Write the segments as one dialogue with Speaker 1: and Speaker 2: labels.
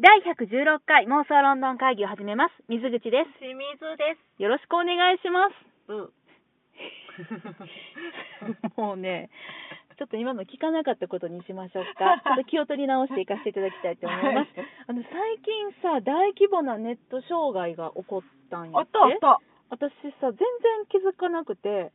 Speaker 1: 第116回妄想ロンドン会議を始めます。水口で
Speaker 2: 清水です。
Speaker 1: す。よろしくお願いしま
Speaker 2: うん。
Speaker 1: す。もうね、ちょっと今の聞かなかったことにしましょう か。ちょっと気を取り直していかせていただきたいと思います。
Speaker 2: はい
Speaker 1: あの、最近さ、大規模なネット障害が起こったんや
Speaker 2: あ
Speaker 1: っ。
Speaker 2: ってたあった。
Speaker 1: 私さ、全然気づかなくて、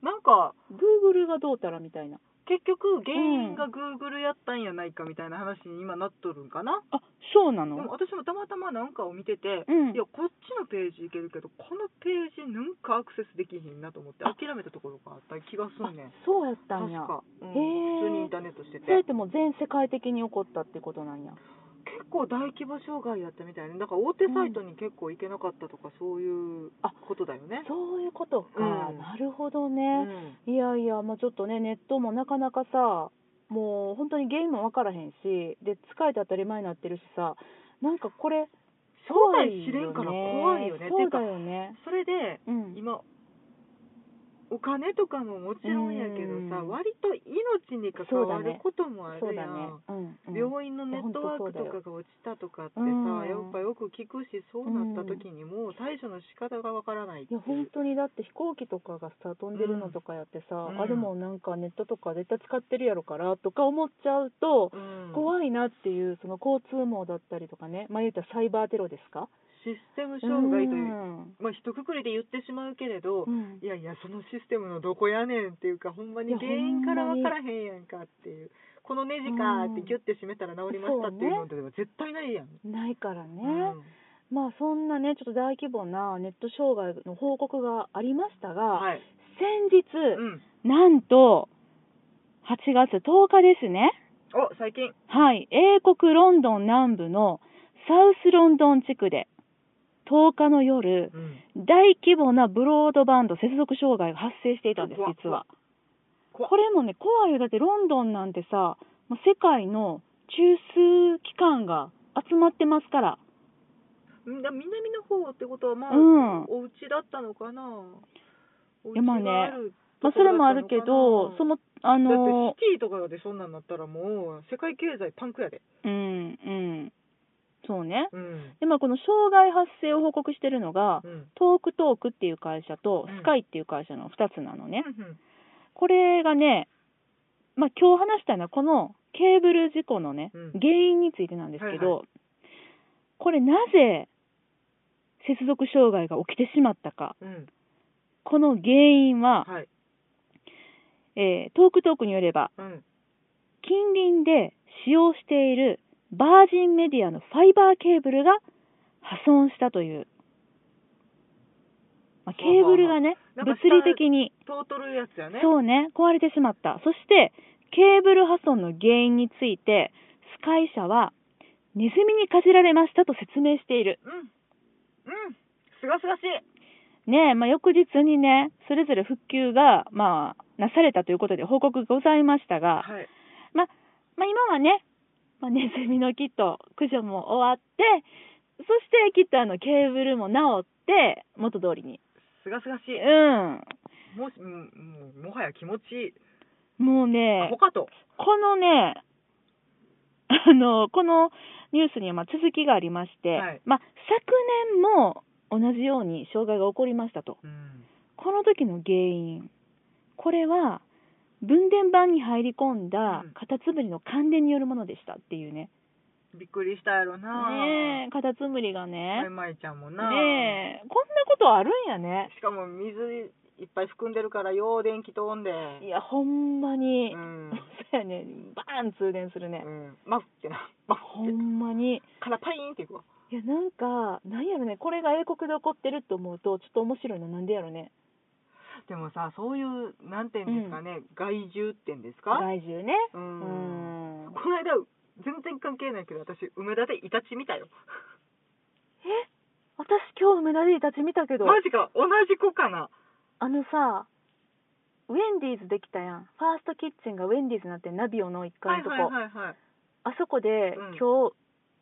Speaker 2: なんか
Speaker 1: Google がどうたらみたいな。
Speaker 2: 結局原因が Google やったんやないかみたいな話に今なっとるんかな。
Speaker 1: あ、そうな
Speaker 2: でも
Speaker 1: の
Speaker 2: 私もたまたまなんかを見てて、
Speaker 1: うん
Speaker 2: いやこっちのページいけるけどこのページなんかアクセスできひんなと思って
Speaker 1: あ
Speaker 2: 諦めたところがあった気がす
Speaker 1: あ
Speaker 2: んねん。
Speaker 1: そうやったん
Speaker 2: 確
Speaker 1: や。
Speaker 2: か、うん
Speaker 1: へー
Speaker 2: 普通にインターネットして
Speaker 1: それっててもう全世界的に起こったってことなんや。
Speaker 2: 結構大規模障害やったみたいねだから大手サイトに結構行けなかったとかそういう
Speaker 1: あ
Speaker 2: ことだよね、
Speaker 1: そういうことか、
Speaker 2: うん
Speaker 1: なるほど
Speaker 2: う
Speaker 1: ね、
Speaker 2: ん
Speaker 1: いやいや、まあ、ちょっとねネットもなかなかさもう本当に原因も分からへんしで使えて当たり前になってるしさなんかこれ
Speaker 2: 正
Speaker 1: 怖いよね
Speaker 2: 体知れんから怖いよねってい
Speaker 1: そう
Speaker 2: う
Speaker 1: だ
Speaker 2: か
Speaker 1: よね
Speaker 2: それで
Speaker 1: うん
Speaker 2: 今お金とかももちろんやけどさ
Speaker 1: うん
Speaker 2: 割と命に関わ
Speaker 1: そうだ
Speaker 2: る
Speaker 1: ね
Speaker 2: こともあ
Speaker 1: そう
Speaker 2: るや
Speaker 1: だね
Speaker 2: ん、
Speaker 1: うんうん、
Speaker 2: 病院のネットワークとかが落ちたとかってさ
Speaker 1: うん
Speaker 2: やっぱよく聞くしそうなった時にもう対処の仕方がわからないって
Speaker 1: い
Speaker 2: い
Speaker 1: や本
Speaker 2: う
Speaker 1: 当にだって飛行機とかがさ飛んでるのとかやってさ、
Speaker 2: うん
Speaker 1: あれもなんかネットとか絶対使ってるやろからとか思っちゃうと、
Speaker 2: うん
Speaker 1: 怖いなっていうその交通網だったりとかねまあ言うたらサイバーテロですか
Speaker 2: システム障害といううんまあ一括りで言ってしまうけれど
Speaker 1: うん
Speaker 2: いやいやそのシステムのどこやねんっていうかほんま
Speaker 1: い
Speaker 2: に
Speaker 1: や
Speaker 2: 原因から
Speaker 1: ほんま
Speaker 2: わ
Speaker 1: に
Speaker 2: からへんやんかっていうこのネジかーってギュッて締めたら治りましたっていう
Speaker 1: そうね
Speaker 2: のでは絶対ないやん。
Speaker 1: ないからね、
Speaker 2: うん
Speaker 1: まあそんなねちょっと大規模なネット障害の報告がありましたが、
Speaker 2: はい。
Speaker 1: 先日、
Speaker 2: うん。
Speaker 1: なんと8月10日ですね
Speaker 2: お最近。
Speaker 1: はい英国ロンドン南部のサウスロンドン地区で10日の夜
Speaker 2: うん。
Speaker 1: 大規模なブロードバンド接続障害が発生していたんです
Speaker 2: うわ
Speaker 1: 実は
Speaker 2: 怖っ
Speaker 1: これもね怖いよだってロンドンなんてさもう世界の中枢機関が集まってますから
Speaker 2: だ南の方ってことはまあ、
Speaker 1: うん
Speaker 2: お家だったのかな。お
Speaker 1: いやまあね
Speaker 2: 家がる
Speaker 1: まあ、それもあるけど、そ
Speaker 2: の
Speaker 1: の、あ
Speaker 2: だっ
Speaker 1: の、
Speaker 2: てシティとかでそんなんなったらもう世界経済パンクやで。
Speaker 1: うん、うん、そうね。
Speaker 2: うん。
Speaker 1: で、まあ、この障害発生を報告してるのが、
Speaker 2: うん。
Speaker 1: トークトークっていう会社と
Speaker 2: うん
Speaker 1: スカイっていう会社の2つなのね。
Speaker 2: うんうん
Speaker 1: これがね、まあ、今日話したいのは、このケーブル事故のね、
Speaker 2: うん
Speaker 1: 原因についてなんですけど、
Speaker 2: はい
Speaker 1: これなぜ接続障害が起きてしまったか、
Speaker 2: うん。
Speaker 1: この原因は、
Speaker 2: はい。
Speaker 1: えートークトークによれば、
Speaker 2: うん。
Speaker 1: 近隣で使用しているバージンメディアのファイバーケーブルが破損したという、まあ、ケーブルがね
Speaker 2: なん
Speaker 1: 物
Speaker 2: か
Speaker 1: 理的に
Speaker 2: トートルやつやね。う。
Speaker 1: そうね壊れてしまったそしてケーブル破損の原因についてスカイ社はネズミにかじられましたと説明している
Speaker 2: うん。うん。すがすがしい。
Speaker 1: ねえ、まあ、翌日にねそれぞれ復旧が、まあ、なされたということで報告ございましたが、
Speaker 2: はい。
Speaker 1: ま、まあ、今はね、まあ、ネズミのキット駆除も終わってそしてきっとあのケーブルも治って元通りに
Speaker 2: すがすがしい。
Speaker 1: う
Speaker 2: もし、うんもうもはや気持ちいい。
Speaker 1: んもう
Speaker 2: あ
Speaker 1: ね
Speaker 2: ほかと。
Speaker 1: このねあのこのニュースにはまあ続きがありまして、
Speaker 2: はい
Speaker 1: まあ、昨年も同じように障害が起こりましたと
Speaker 2: うん。
Speaker 1: この時の原因これは分電盤に入り込んだ
Speaker 2: うん
Speaker 1: カタツムリの感電によるものでしたっていうね、
Speaker 2: びっくりしたやろな。
Speaker 1: ねえカタツムリがね
Speaker 2: マイマイちゃんもな、
Speaker 1: ねえこんなことあるんやね
Speaker 2: しかも水いっぱい含んでるからよう電気飛んで
Speaker 1: いやほんまに、
Speaker 2: うん、
Speaker 1: そうやねバーン通電するね
Speaker 2: う、ん、マフってなマフ
Speaker 1: ほ
Speaker 2: って
Speaker 1: んまに
Speaker 2: からパイーンっていくわ
Speaker 1: いやなんかなんやろねこれが英国で起こってると思うとちょっと面白いのなんでやろね
Speaker 2: でもさそういうなんていうんですかね、害獣ってんですか
Speaker 1: 害獣ね
Speaker 2: う
Speaker 1: うんん
Speaker 2: この間全然関係ないけど私梅田でイタチ見たよ
Speaker 1: え私今日梅田でイタチ見たけど
Speaker 2: マジか同じ子かな
Speaker 1: あのさウェンディーズできたやんファーストキッチンがウェンディーズになってナビオの1階
Speaker 2: はい
Speaker 1: のとこ、
Speaker 2: はいはいはい
Speaker 1: あそこで、
Speaker 2: うん
Speaker 1: 今日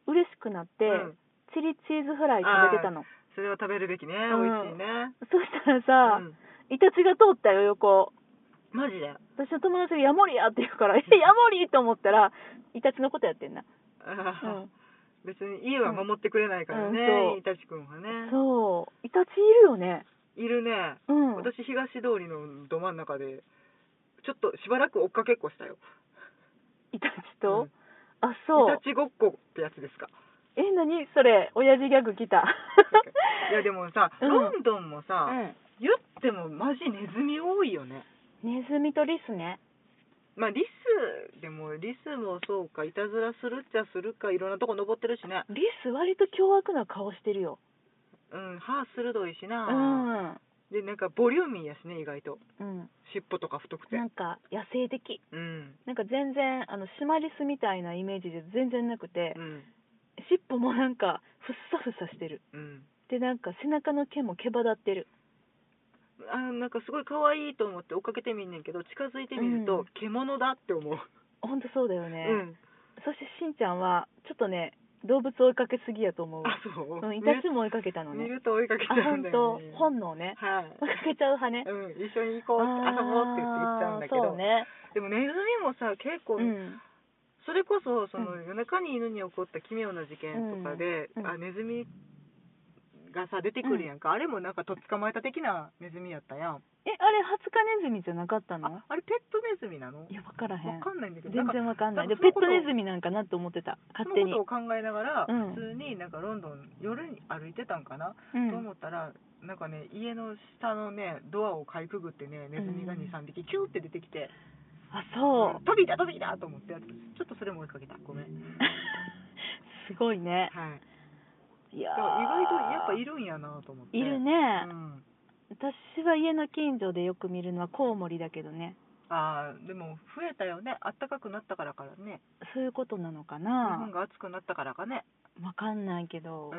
Speaker 1: 嬉しくなって、
Speaker 2: うん
Speaker 1: チリチーズフライ食べてたの
Speaker 2: それは食べるべきね、
Speaker 1: うん
Speaker 2: 美味しいね
Speaker 1: そしたらさ、
Speaker 2: うん、
Speaker 1: イタチが通ったよ横
Speaker 2: マジで
Speaker 1: 私の友達が「ヤモリや」って言うから「えヤモリ?」と思ったらイタチのことやってんな、
Speaker 2: あー
Speaker 1: うん、
Speaker 2: 別に家は守ってくれないからね、
Speaker 1: うんうんそう
Speaker 2: イタチ君はね
Speaker 1: そうイタチいるよね
Speaker 2: いるね、
Speaker 1: うん
Speaker 2: 私東通りのど真ん中でちょっとしばらく追っかけっこしたよ
Speaker 1: イタチ
Speaker 2: う
Speaker 1: と、
Speaker 2: ん
Speaker 1: あそう
Speaker 2: イタチごっこってやつですか
Speaker 1: え何それ親父ギャグ来た
Speaker 2: いやでもさ、
Speaker 1: うん
Speaker 2: ロンドンもさ、
Speaker 1: うん
Speaker 2: 言ってもマジネズミ多いよね
Speaker 1: ネズミとリスね
Speaker 2: まあリスでもリスもそうかいたずらするっちゃするかいろんなとこ登ってるしね
Speaker 1: リス割と凶悪な顔してるよ
Speaker 2: うん歯鋭いし
Speaker 1: う
Speaker 2: な、
Speaker 1: ん
Speaker 2: でなんかボリューミーやしね意外と
Speaker 1: うん
Speaker 2: 尻尾とか太くて
Speaker 1: なんか野生的
Speaker 2: うん
Speaker 1: なんか全然あのシマリスみたいなイメージで全然なくて
Speaker 2: うん
Speaker 1: 尻尾もなんかふっさふさしてる
Speaker 2: うん
Speaker 1: でなんか背中の毛も毛羽立ってる
Speaker 2: あのなんかすごい可愛いと思って追っかけてみんねんけど近づいてみると、
Speaker 1: うん
Speaker 2: 獣だって思う、
Speaker 1: ほんとそうだよね、
Speaker 2: うん
Speaker 1: そしてしんちゃんはちょっとね動物追いかけすぎやと思う
Speaker 2: あそう、
Speaker 1: うん、イタチも追いかけたの
Speaker 2: 見
Speaker 1: ね
Speaker 2: ると追いかけち
Speaker 1: あ
Speaker 2: ゃう
Speaker 1: 本
Speaker 2: んだ
Speaker 1: 当
Speaker 2: よね
Speaker 1: 本能ね
Speaker 2: はい、
Speaker 1: 追いかけちゃう派ね
Speaker 2: うん、一緒に行こうって遊ぼうって言って行っちゃうんだけ
Speaker 1: あー
Speaker 2: ど、
Speaker 1: そうね
Speaker 2: でもネズミもさ結構、
Speaker 1: うん
Speaker 2: それこそその、
Speaker 1: うん
Speaker 2: 夜中に犬に起こった奇妙な事件とかで、
Speaker 1: うんうん
Speaker 2: あネズミがさ出てくるやんか、あれもなんかとっ捕まえた的なネズミやったやん
Speaker 1: えあれハツカネズミじゃなかったの
Speaker 2: ああれペットネズミなのわ
Speaker 1: いや分からへん
Speaker 2: かんないんだけど
Speaker 1: 全然わかんないで
Speaker 2: なんか
Speaker 1: ペ
Speaker 2: そ
Speaker 1: ッ
Speaker 2: のこと
Speaker 1: トネズミなんかなって思ってた勝
Speaker 2: そ
Speaker 1: 手
Speaker 2: の
Speaker 1: に
Speaker 2: ことを考えながら、
Speaker 1: うん
Speaker 2: 普通になんかロンドン夜に歩いてたんかな、
Speaker 1: うん
Speaker 2: と思ったらなんかね家の下のねドアをかいくぐってねネズミが
Speaker 1: うん
Speaker 2: 23匹キューって出てきて、
Speaker 1: あそう、
Speaker 2: 飛びだ飛びだと思ってちょっとそれも追いかけた ごめん、はい、
Speaker 1: すごいねい
Speaker 2: い
Speaker 1: や
Speaker 2: や
Speaker 1: ー
Speaker 2: 意外とやっぱいるんやなと思って
Speaker 1: いるね、
Speaker 2: うん、
Speaker 1: 私は家の近所でよく見るのはコウモリだけどね
Speaker 2: ああでも増えたよねあったかくなったからからね
Speaker 1: そういうことなのか
Speaker 2: 日本
Speaker 1: な
Speaker 2: が暑くなったからかね
Speaker 1: わかんないけ
Speaker 2: う
Speaker 1: ど、
Speaker 2: ん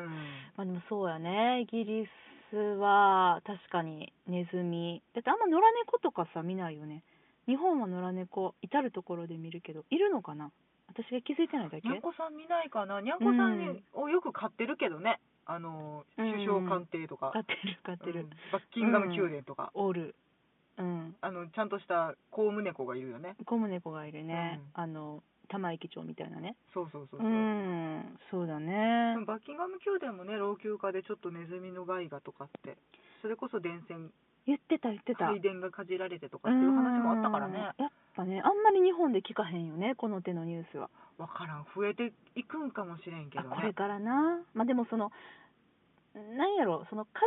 Speaker 1: まあでもそうやねイギリスは確かにネズミだってあんま野良猫とかさ見ないよね日本は野良猫至る所で見るけどいるのかな私が気づいてないだけ
Speaker 2: にゃんこさん見ないかなにゃんこさんに
Speaker 1: うん
Speaker 2: をよく買ってるけどねあの
Speaker 1: うん
Speaker 2: 首相官邸とか
Speaker 1: 飼、って る飼ってる、
Speaker 2: うんバッキンガム宮殿とか、
Speaker 1: おるうん
Speaker 2: あのちゃんとした公務猫がいるよね
Speaker 1: ゴム猫がいるね、
Speaker 2: うん
Speaker 1: あの玉井駅長みたいなね
Speaker 2: そうそうそううそう、
Speaker 1: んそうだ
Speaker 2: で
Speaker 1: ね
Speaker 2: もバッキンガム宮殿もね老朽化でちょっとネズミの害がとかってそれこそ電線
Speaker 1: 言ってた言ってた
Speaker 2: 配電がかじられてとかっていう話もあったからね
Speaker 1: うんやっぱねあんまり日本で聞かへんよねこの手のニュースは、
Speaker 2: わからん増えていくんかもしれんけ
Speaker 1: あ
Speaker 2: どね
Speaker 1: これからなまあでもそのなんやろそのか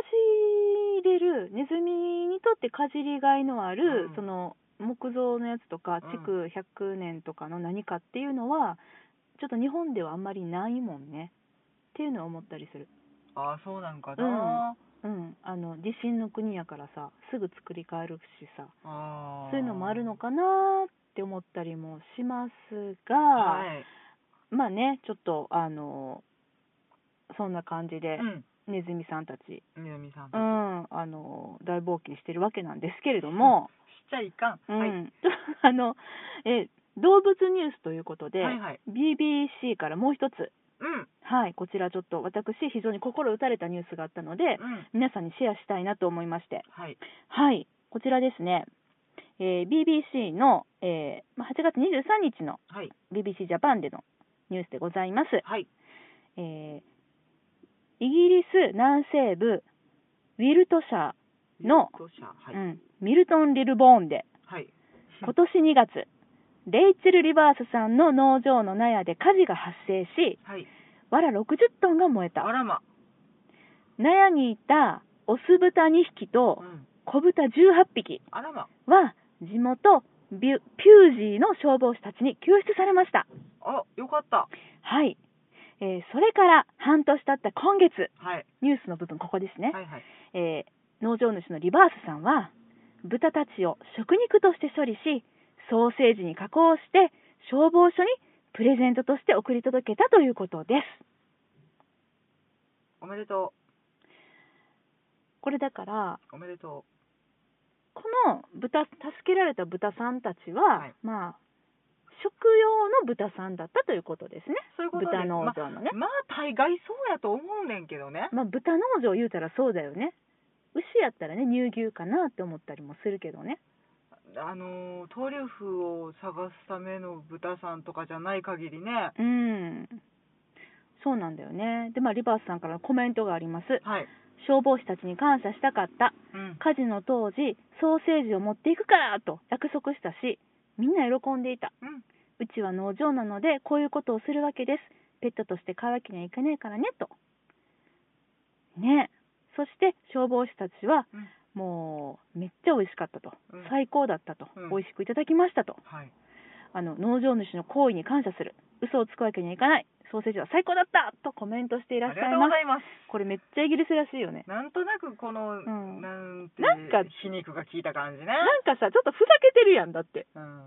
Speaker 1: じれるネズミにとってかじりがいのある、
Speaker 2: うん
Speaker 1: その木造のやつとか
Speaker 2: うん
Speaker 1: 築100年とかの何かっていうのは、ちょっと日本ではあんまりないもんねっていうのは思ったりする
Speaker 2: ああそうなんかな、
Speaker 1: うんうんあの地震の国やからさすぐ作り変えるしさ
Speaker 2: あー
Speaker 1: そういうのもあるのかなって思ったりもしますが、
Speaker 2: はい、
Speaker 1: まあねちょっとあのそんな感じで、
Speaker 2: うん、
Speaker 1: ネズミさんたち、
Speaker 2: 南さん
Speaker 1: う
Speaker 2: たち、
Speaker 1: ん、あの大冒険してるわけなんですけれども、
Speaker 2: しちゃいかん、
Speaker 1: うん
Speaker 2: はい、
Speaker 1: ちょっ とあのえ動物ニュースということで、
Speaker 2: はいはい
Speaker 1: BBC からもう一つ、
Speaker 2: うん
Speaker 1: はい、こちらちょっと私非常に心打たれたニュースがあったので、
Speaker 2: うん
Speaker 1: 皆さんにシェアしたいなと思いまして
Speaker 2: はい
Speaker 1: はい、こちらですね、えー BBC の、えーまあ8月23日の
Speaker 2: はい
Speaker 1: BBC ジャパンでのニュースでございます。
Speaker 2: はい
Speaker 1: えーイギリス南西部ウィルトシャーの、
Speaker 2: どうしたはい、
Speaker 1: うん、ミルトン・リルボーンで
Speaker 2: はい
Speaker 1: 今年2月レイチェル・リバースさんの農場の納屋で火事が発生し
Speaker 2: はい
Speaker 1: わら60トンが燃えた
Speaker 2: あらま
Speaker 1: 納屋にいたオス豚2匹と
Speaker 2: うん
Speaker 1: 子豚18匹
Speaker 2: あらま
Speaker 1: は地元ビュピュージーの消防士たちに救出されました
Speaker 2: あよかった
Speaker 1: はい、えーそれから半年経った今月
Speaker 2: はい
Speaker 1: ニュースの部分ここですね、
Speaker 2: はいはい
Speaker 1: えー農場主のリバースさんは豚たちを食肉として処理しソーセージに加工して消防署にプレゼントとして送り届けたということです
Speaker 2: おめでと
Speaker 1: これだから
Speaker 2: うおめでと
Speaker 1: この豚助けられた豚さんたちは、
Speaker 2: はい
Speaker 1: まあ食用の豚さんだったということですね
Speaker 2: うそういうことで
Speaker 1: 豚農
Speaker 2: ま
Speaker 1: 場のね
Speaker 2: まあ大概そうやと思うねんけどね
Speaker 1: まあ豚農場言うたらそうだよね牛やったらね乳牛かなって思ったりもするけどね
Speaker 2: あのートリュフを探すための豚さんとかじゃない限りね
Speaker 1: うんそうなんだよねでまあリバースさんからのコメントがあります
Speaker 2: はい。
Speaker 1: 消防士たちに感謝したかった
Speaker 2: うん。
Speaker 1: 火事の当時ソーセージを持っていくからと約束したしみんな喜んでいた
Speaker 2: うん。
Speaker 1: うちは農場なのでこういうことをするわけですペットとして飼うわけにはいかないからねとねそして消防士たちは
Speaker 2: うん
Speaker 1: もうめっちゃ美味しかったと、
Speaker 2: うん
Speaker 1: 最高だったと、
Speaker 2: うん
Speaker 1: 美味しくいただきましたと
Speaker 2: はい。
Speaker 1: あの農場主の行為に感謝する嘘をつくわけにはいかないソーセージは最高だったとコメントしていらっしゃい
Speaker 2: ありがとう
Speaker 1: ま
Speaker 2: ご
Speaker 1: す
Speaker 2: ざいます。
Speaker 1: これめっちゃイギリスらしいよね
Speaker 2: なんとなくこの、
Speaker 1: ん
Speaker 2: なんて
Speaker 1: なんか
Speaker 2: 皮肉が効いた感じね。
Speaker 1: なんかさちょっとふざけてるやんだって
Speaker 2: うん。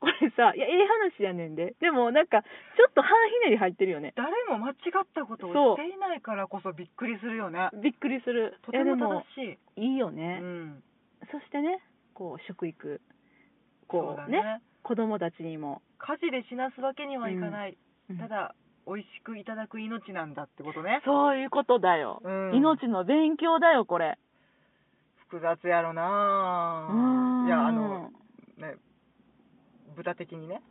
Speaker 1: これさいやええ話やねんででもなんかちょっと半ひねり入ってるよね
Speaker 2: 誰も間違ったこと
Speaker 1: そう
Speaker 2: をしていないからこそびっくりするよね。
Speaker 1: びっくりする
Speaker 2: と
Speaker 1: い
Speaker 2: て
Speaker 1: やで
Speaker 2: も正
Speaker 1: も
Speaker 2: しい。
Speaker 1: いいよ
Speaker 2: う
Speaker 1: ね、
Speaker 2: ん。
Speaker 1: そしてねこう食育
Speaker 2: そう
Speaker 1: こ
Speaker 2: だ
Speaker 1: うね
Speaker 2: ね。
Speaker 1: 子供たちにも、
Speaker 2: 火事で死なすわけにはいかない。
Speaker 1: うん
Speaker 2: ただ美味しくいただく命なんだってことね。
Speaker 1: そういうことだよ、
Speaker 2: うん
Speaker 1: 命の勉強だよこれ
Speaker 2: 複雑やろな
Speaker 1: うん
Speaker 2: いやあのね豚的にね。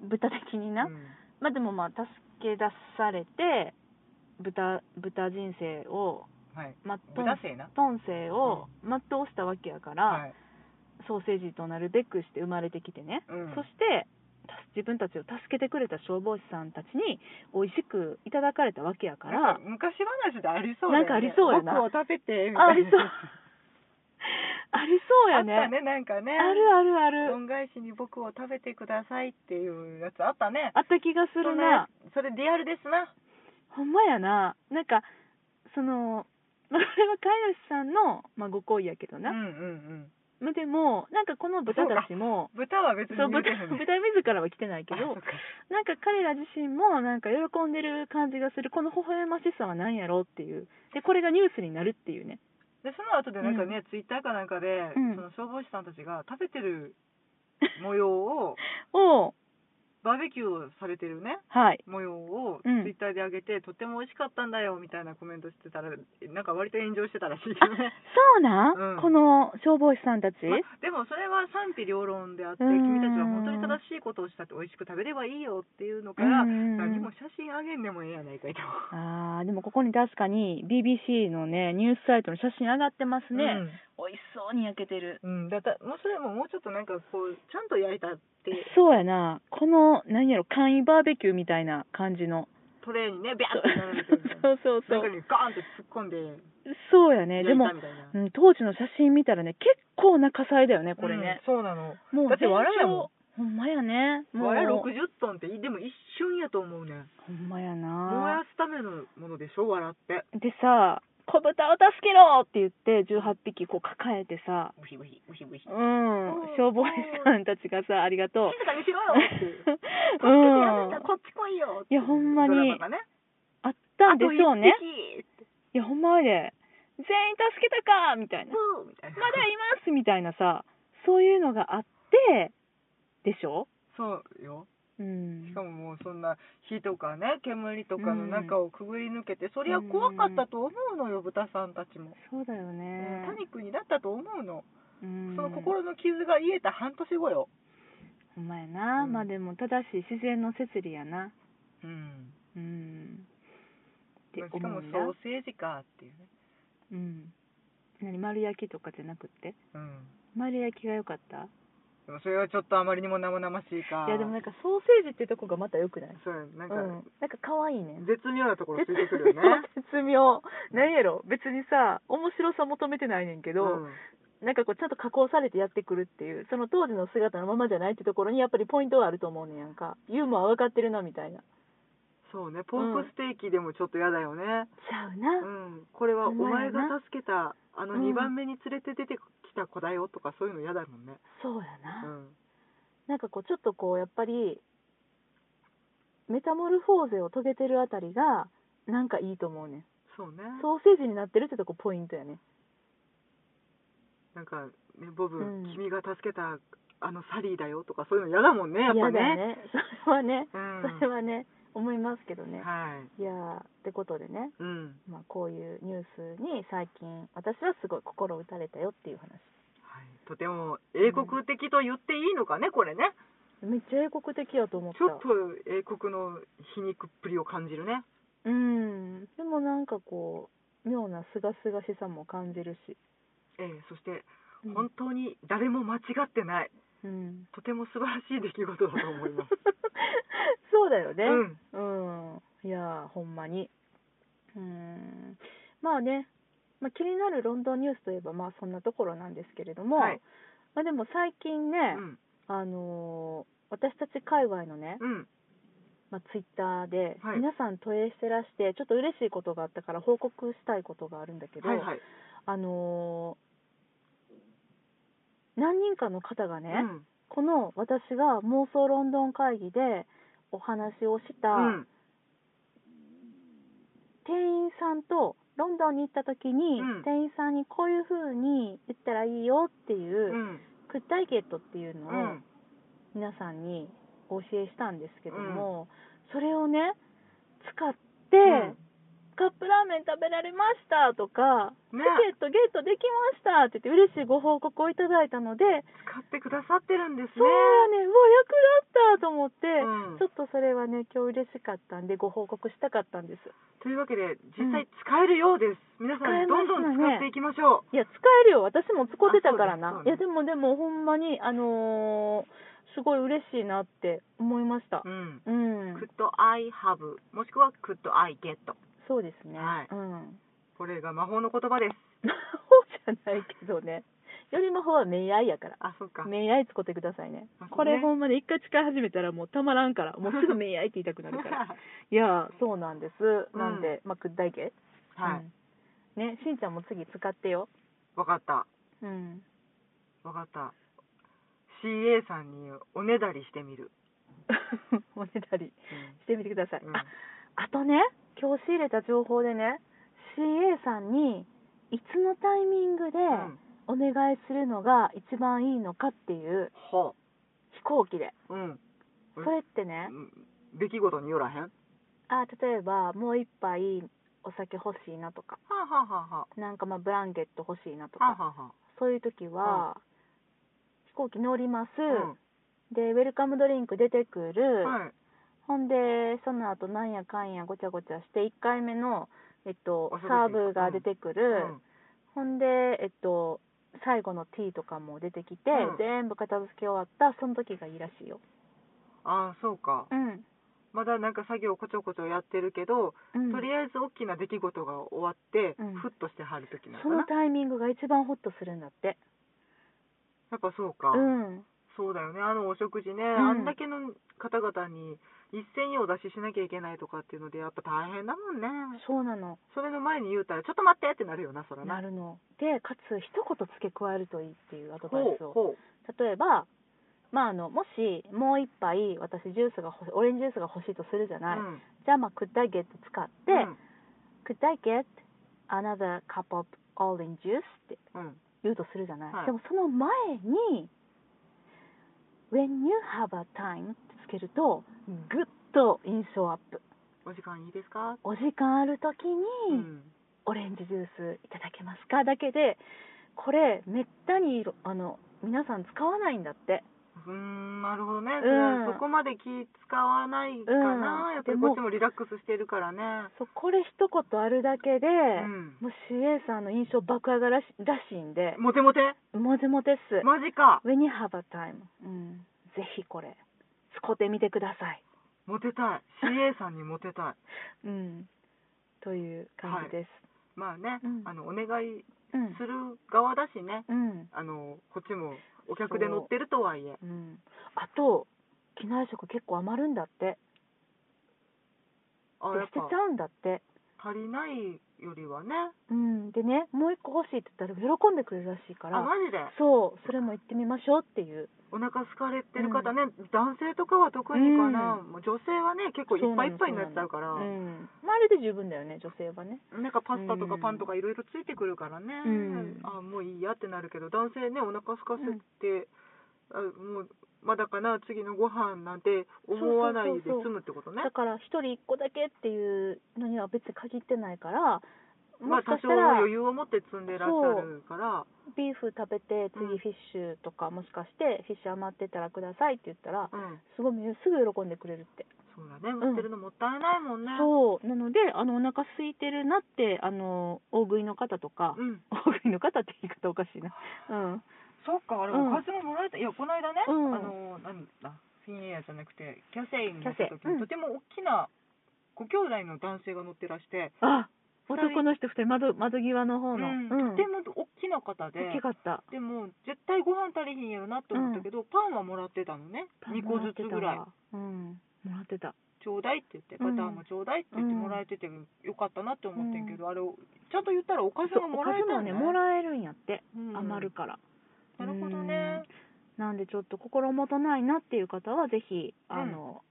Speaker 1: 豚的にな、
Speaker 2: うん
Speaker 1: まあでもまあ助け出されて豚豚人生を
Speaker 2: はい。
Speaker 1: まっと
Speaker 2: 豚性な。
Speaker 1: 豚生を全うしたわけやから、
Speaker 2: はい。
Speaker 1: ソーセージとなるべくして生まれてきてね、
Speaker 2: うん
Speaker 1: そしてた自分たちを助けてくれた消防士さんたちに美味しくいただかれたわけやか
Speaker 2: なん
Speaker 1: ら
Speaker 2: か昔話でありそうだよ
Speaker 1: なん
Speaker 2: ね
Speaker 1: かありそうやな
Speaker 2: 僕を食べてみたいな
Speaker 1: あありそうありそうやね
Speaker 2: あったねなんかね
Speaker 1: あるあるある
Speaker 2: 恩返しに僕を食べてくださいっていうやつあったね
Speaker 1: あった気がするな
Speaker 2: それそれリアルですな
Speaker 1: ほんまやななんかその まあこれは飼い主さんの、まあ、ご好意やけどな、
Speaker 2: うんうんうん
Speaker 1: まあでもなんかこの豚たちも
Speaker 2: 豚は 別
Speaker 1: そ
Speaker 2: に
Speaker 1: う
Speaker 2: 言う
Speaker 1: 豚
Speaker 2: てへんねん
Speaker 1: 豚自らは来てないけ
Speaker 2: あ
Speaker 1: ど
Speaker 2: そっか
Speaker 1: なんか彼ら自身もなんか喜んでる感じがするこの微笑ましさは何やろうっていうでこれがニュースになるっていうね
Speaker 2: でその後でなんかね、ツイッターかなんかで、
Speaker 1: うん
Speaker 2: その消防士さんたちが食べ てる模様を
Speaker 1: おう
Speaker 2: バーベキューをされてるね
Speaker 1: はい
Speaker 2: 模様を
Speaker 1: うん
Speaker 2: ツイッターで上げて、とっても美味しかったんだよみたいなコメントしてたらなんか割と炎上してたらしいけ
Speaker 1: あ
Speaker 2: どね
Speaker 1: そうなん、
Speaker 2: うん
Speaker 1: この消防士さんたち
Speaker 2: まあでもそれは賛否両論であって
Speaker 1: うーん
Speaker 2: 君たちは本当に正しいことをしたって美味しく食べればいいよっていうのから
Speaker 1: うんうんうん
Speaker 2: 何も写真あげんでもええやないかいと。
Speaker 1: あーでもここに確かに BBC のねニュースサイトの写真上がってますね、美味しそうに焼けてる
Speaker 2: うん、うん、だったもうそれももうちょっとなんかこうちゃんと焼いたって
Speaker 1: そうやなこの何やろ簡易バーベキューみたいな感じの
Speaker 2: トレーにねビャッて並べてみたい
Speaker 1: そ
Speaker 2: な
Speaker 1: う そうそう
Speaker 2: 中にガーンって突っ込んで
Speaker 1: そうやね
Speaker 2: 焼
Speaker 1: で
Speaker 2: い
Speaker 1: も
Speaker 2: たみたいな、
Speaker 1: うん、当時の写真見たらね結構な火災だよねこれね、
Speaker 2: うんそうなの
Speaker 1: もう
Speaker 2: だって
Speaker 1: 全
Speaker 2: 藁や
Speaker 1: 長
Speaker 2: も
Speaker 1: ほんまやね
Speaker 2: ん
Speaker 1: もう
Speaker 2: わら60トンってでも一瞬やと思うね
Speaker 1: ほんまや
Speaker 2: 燃や
Speaker 1: な
Speaker 2: すためのものでしょわらって
Speaker 1: でさ子豚を助けろって言って18匹こう抱えてさ
Speaker 2: ブヒブヒブヒブヒ
Speaker 1: うん消防士さんたちがさありがとう
Speaker 2: 静かにしろよっていう
Speaker 1: う
Speaker 2: うん
Speaker 1: ん
Speaker 2: こっち来いよって
Speaker 1: いやほんまに
Speaker 2: ドラマがね
Speaker 1: あったんでしょうね
Speaker 2: あと一匹
Speaker 1: いやほんまやで全員助けたかみたいな
Speaker 2: ブーみたいな
Speaker 1: まだいますみたいなさそういうのがあってでしょ
Speaker 2: そうよ
Speaker 1: うん
Speaker 2: しかももうそんな火とかね煙とかの中をくぐり抜けて、そりゃ
Speaker 1: うん
Speaker 2: 怖かったと思うのよ豚さんたちも、
Speaker 1: そうだよね
Speaker 2: パニックになったと思うの、
Speaker 1: うん
Speaker 2: その心の傷が癒えた半年後よ
Speaker 1: ほんまやな、
Speaker 2: うん
Speaker 1: まあでも正しい自然の摂理やな
Speaker 2: うん
Speaker 1: うんって
Speaker 2: し
Speaker 1: 思う
Speaker 2: かも
Speaker 1: んだ
Speaker 2: ソーセージかっていうね
Speaker 1: うん何丸焼きとかじゃなくって
Speaker 2: うん
Speaker 1: 丸焼きが良かった
Speaker 2: でもそれはちょっとあまりにも生々しいか
Speaker 1: いやでもなんかソーセージってとこがまた良くない
Speaker 2: そうなんか、
Speaker 1: うん、なんか可愛いね
Speaker 2: 絶妙なところついてくるよね
Speaker 1: 絶妙何やろ別にさ面白さ求めてないねんけど、
Speaker 2: うん
Speaker 1: なんかこうちゃんと加工されてやってくるっていうその当時の姿のままじゃないってところにやっぱりポイントがあると思うねんやんかユーモア分かってるなみたいなち
Speaker 2: そうねポークステーキでもちょっと嫌だよね、
Speaker 1: ゃうな、
Speaker 2: うん、これはお前が助けたあの
Speaker 1: うん
Speaker 2: 2番目に連れて出てきた子だよとかそういうの嫌だもんね、
Speaker 1: そうや
Speaker 2: う
Speaker 1: な、
Speaker 2: ん、
Speaker 1: なんかこうちょっとこうやっぱりメタモルフォーゼを遂げてるあたりがなんかいいと思うねん
Speaker 2: そうね
Speaker 1: ソーセージになってるってとこポイントやね
Speaker 2: なんかねボブ、
Speaker 1: うん
Speaker 2: 君が助けたあのサリーだよとかそういうの嫌だもんねやっぱ
Speaker 1: 嫌だよ
Speaker 2: ね
Speaker 1: ね それはね、
Speaker 2: うん
Speaker 1: それはね思いますけどね、
Speaker 2: はい
Speaker 1: い、やーってことでね、
Speaker 2: うん
Speaker 1: まあ、こういうニュースに最近私はすごい心打たれたよっていう話
Speaker 2: はい、とても英国的と言っていいのかねこれね
Speaker 1: めっちゃ英国的やと思った
Speaker 2: ちょっと英国の皮肉っぷりを感じるね
Speaker 1: うんでもなんかこう妙なすがすがしさも感じるし、
Speaker 2: ええそして
Speaker 1: うん
Speaker 2: 本当に誰も間違ってない
Speaker 1: うん、
Speaker 2: とても素晴らしい出来事だと思います
Speaker 1: そうだよね
Speaker 2: うん
Speaker 1: うん、いやーほんまにうんまあね、まあ、気になるロンドンニュースといえばまあそんなところなんですけれども、
Speaker 2: はい
Speaker 1: まあ、でも最近ね、
Speaker 2: うん
Speaker 1: あのー私たち界隈のね、
Speaker 2: うん
Speaker 1: まあ、ツイッターで、
Speaker 2: はい
Speaker 1: 皆さん投影してらしてちょっと嬉しいことがあったから報告したいことがあるんだけど、
Speaker 2: はいはい
Speaker 1: あのー何人かの方がね、
Speaker 2: うん
Speaker 1: この私が妄想ロンドン会議でお話をした、
Speaker 2: うん
Speaker 1: 店員さんとロンドンに行った時に、
Speaker 2: うん
Speaker 1: 店員さんにこういう風に言ったらいいよっていうう、
Speaker 2: ん
Speaker 1: クッダイゲットっていうの
Speaker 2: う
Speaker 1: を
Speaker 2: ん
Speaker 1: 皆さんにお教えしたんですけども、それをね使って、カップラーメン食べられましたとか、
Speaker 2: ね
Speaker 1: チケットゲットできましたって言って嬉しいご報告をいただいたので、
Speaker 2: 使ってくださってるんですね
Speaker 1: そうやねうわ役立ったと思って、
Speaker 2: うん
Speaker 1: ちょっとそれはね今日嬉しかったんでご報告したかったんです
Speaker 2: というわけで実際使えるようです、皆さ
Speaker 1: 使え
Speaker 2: ん
Speaker 1: ま
Speaker 2: どん
Speaker 1: した
Speaker 2: ど
Speaker 1: ね
Speaker 2: ん使っていきましょ
Speaker 1: いや使えるよ私も使ってたからな
Speaker 2: あ
Speaker 1: い
Speaker 2: そう
Speaker 1: や
Speaker 2: です
Speaker 1: でもでもほんまにあのーすごい嬉しいなって思いました
Speaker 2: う、うん
Speaker 1: うん、
Speaker 2: could I have もしくは could I get
Speaker 1: そうですね、
Speaker 2: はい
Speaker 1: うん魔
Speaker 2: これが魔法の言葉です
Speaker 1: 法じゃないけどねより魔法は名愛やから
Speaker 2: あそう か
Speaker 1: 名愛使ってくださいね
Speaker 2: あそうね
Speaker 1: これほんまに一回使い始めたらもうたまらんからもうすぐ名愛って言いたくなるから いやそうなんです、
Speaker 2: うん
Speaker 1: なんでまあくだいけ
Speaker 2: はい、
Speaker 1: うんねしんちゃんも次使ってよ
Speaker 2: わかった
Speaker 1: うん
Speaker 2: わかった CA さんにおねだりしてみる、
Speaker 1: おねだりしてみてください、
Speaker 2: うん
Speaker 1: ああとね今日仕入れた情報でね CA さんにいつのタイミングで
Speaker 2: うん
Speaker 1: お願いするのが一番いいのかっていう
Speaker 2: は
Speaker 1: 飛行機で
Speaker 2: あうん
Speaker 1: そ
Speaker 2: うん
Speaker 1: れってね
Speaker 2: うん出来事によらへんは
Speaker 1: あ例えばもう一杯お酒欲しいなとか
Speaker 2: あ、はあはあは
Speaker 1: なんかまあブランケット欲しいなと
Speaker 2: あ、は
Speaker 1: か
Speaker 2: あはあはあ
Speaker 1: そういう時は飛行機乗ります、
Speaker 2: うん
Speaker 1: でウェルカムドリンク出てくる、
Speaker 2: はい、
Speaker 1: ほんでその後なんやかんやごちゃごちゃして1回目の、えっと
Speaker 2: お、食事
Speaker 1: サーブが出てくる、
Speaker 2: うん
Speaker 1: ほんで、えっと、最後のティーとかも出てきて、
Speaker 2: うん
Speaker 1: 全部片付け終わったその時がいいらしいよ
Speaker 2: ああそうか
Speaker 1: うん、
Speaker 2: まだなんか作業こちょこちょやってるけど、
Speaker 1: うん、
Speaker 2: とりあえず大きな出来事が終わって、
Speaker 1: うん
Speaker 2: ふっとしてはる時なの
Speaker 1: そ
Speaker 2: かな
Speaker 1: のタイミングが一番ホッとするんだって
Speaker 2: やっぱそうか、
Speaker 1: うん
Speaker 2: そうだよねあのお食事ね、
Speaker 1: ん
Speaker 2: あんだけの方々に一銭用出ししなきゃいけないとかっていうのでやっぱ大変だもんね
Speaker 1: そうなの
Speaker 2: それの前に言うたら「ちょっと待って!」ってなるよなそら
Speaker 1: な
Speaker 2: な
Speaker 1: るのでかつ一言付け加えるといいっていうアドバイ
Speaker 2: ほ
Speaker 1: ス
Speaker 2: う
Speaker 1: を
Speaker 2: ほ
Speaker 1: 例えば、まあ、あのもしもう一杯私ジュースが欲しオレンジジュースが欲しいとするじゃ
Speaker 2: う、
Speaker 1: ない、
Speaker 2: うん
Speaker 1: じゃあまあ「could I get」使って「
Speaker 2: うん、
Speaker 1: could I get another cup of orange juice」って
Speaker 2: うん
Speaker 1: 言うとするじゃない、
Speaker 2: はい
Speaker 1: でもその前に「when you have a time」ってつけるとぐっと印象アップ
Speaker 2: お時間いいですか、
Speaker 1: お時間ある時に、
Speaker 2: うん
Speaker 1: オレンジジュースいただけますかだけでこれめったにいろあの皆さん使わないんだって
Speaker 2: うーんなるほどね、
Speaker 1: ん
Speaker 2: それはそこまで気使わないかな、
Speaker 1: うん
Speaker 2: やっぱり
Speaker 1: でも
Speaker 2: こっちもリラックスしてるからね
Speaker 1: そうこれ一言あるだけで、
Speaker 2: うん
Speaker 1: もう CA さんの印象爆上がらしらしいんで
Speaker 2: モテモテ
Speaker 1: モテモテっす
Speaker 2: マジか
Speaker 1: When you have a time、うん、ぜひこれ使ってみてください、
Speaker 2: モテたい CA さんにモテたい
Speaker 1: うん、という感じです、
Speaker 2: まあね、
Speaker 1: うん
Speaker 2: あのお
Speaker 1: う
Speaker 2: 願い
Speaker 1: ん
Speaker 2: する側だしね、
Speaker 1: うん
Speaker 2: あのこっちもお客で乗ってるとはいえ
Speaker 1: うん、あと機内食結構余るんだって
Speaker 2: あ
Speaker 1: で
Speaker 2: やっ
Speaker 1: 捨て
Speaker 2: ぱ
Speaker 1: ちゃうんだって
Speaker 2: 足りないよりはね
Speaker 1: うん、でねもう一個欲しいって言ったら喜んでくれるらしいか
Speaker 2: あ
Speaker 1: ら
Speaker 2: マジで
Speaker 1: そうそれも行ってみましょうっていう
Speaker 2: お腹空かれてる方ね、男性とかは特にかな、
Speaker 1: う
Speaker 2: もう女性はね結構いっぱいいっぱいになっちゃうから
Speaker 1: そなのうんまあ、あれで十分だよね女性はね
Speaker 2: なんかパスタとかパンとかいろいろついてくるからね、
Speaker 1: うん
Speaker 2: あもういいやってなるけど男性ねお腹空かせて、あもうまだかな次のご飯なんて思わないで済むってことね
Speaker 1: だから一人一個だけっていうのには別に限ってないから
Speaker 2: ま
Speaker 1: も
Speaker 2: あ
Speaker 1: しか
Speaker 2: 多
Speaker 1: した
Speaker 2: 少
Speaker 1: ら
Speaker 2: 余裕を持って積んでらっしゃるから
Speaker 1: ビーフ食べて
Speaker 2: う
Speaker 1: 次
Speaker 2: ん
Speaker 1: フィッシュとか、もしかしてフィッシュ余ってたらくださいって言ったら
Speaker 2: うん
Speaker 1: すごいすぐ喜んでくれるって、
Speaker 2: そうだね
Speaker 1: ん
Speaker 2: 売ってるのもったいないもんね
Speaker 1: そうなのであのお腹空いてるなってあの大食いの方とか、
Speaker 2: うん
Speaker 1: 大食いの方って言い方おかしいなうん
Speaker 2: そっかあれ
Speaker 1: う
Speaker 2: お
Speaker 1: ん
Speaker 2: かずももらえたいやこの間ねあ
Speaker 1: うん
Speaker 2: のなんだフィンエアじゃなくてキャセインに乗っ
Speaker 1: キ
Speaker 2: た
Speaker 1: ャセイ
Speaker 2: 時に
Speaker 1: うん
Speaker 2: とても大きなご兄弟の男性が乗ってらして
Speaker 1: あ
Speaker 2: 二人
Speaker 1: 男の人2人窓窓際の
Speaker 2: う
Speaker 1: 方の、
Speaker 2: んと
Speaker 1: うん
Speaker 2: ても大きな方で
Speaker 1: 大きかった
Speaker 2: でも絶対ご飯足りひんやろなって思ったけどパンはもらってたのね2個ずつぐらい
Speaker 1: うんもらってた
Speaker 2: ちょうだいって言って、
Speaker 1: う
Speaker 2: バ
Speaker 1: ん
Speaker 2: ターもちょうだいって言ってもらえてて、よかったなって思ってんけど、あれを、ちゃんと言ったらお
Speaker 1: そ
Speaker 2: 菓子
Speaker 1: うお
Speaker 2: ももら
Speaker 1: か
Speaker 2: え
Speaker 1: ず
Speaker 2: た
Speaker 1: も
Speaker 2: ん
Speaker 1: ね
Speaker 2: ね。
Speaker 1: もらえるんやって、
Speaker 2: うん
Speaker 1: 余る。から
Speaker 2: なるほど
Speaker 1: うん
Speaker 2: ね。
Speaker 1: なんでちょっと心もとないなっていう方はぜひ
Speaker 2: うん
Speaker 1: あの、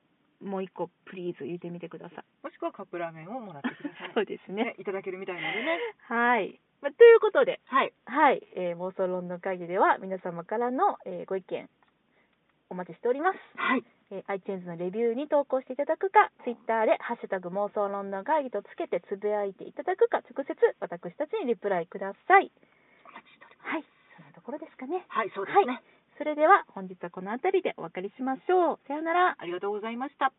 Speaker 1: もう一個プリーズ言ってみてくださ
Speaker 2: もしくはカップラーメンをもらっ
Speaker 1: い
Speaker 2: てください。
Speaker 1: そうですね
Speaker 2: ね、いただけるみたいなのでね。
Speaker 1: はい、まあ、ということで
Speaker 2: はい。
Speaker 1: はい、えー、妄想論の会議では皆様からの、えーご意見お待ちしております、
Speaker 2: はい。
Speaker 1: えー iTunes のレビューに投稿していただくか Twitter で「ハッシュタグ妄想論の会議」とつけてつぶやいていただくか直接私たちにリプライください
Speaker 2: お待ちしております。
Speaker 1: はいそんなところですかね
Speaker 2: はい、そうですね。
Speaker 1: それでは本日はこの辺りでお別れしましょう。さようなら。
Speaker 2: ありがとうございました。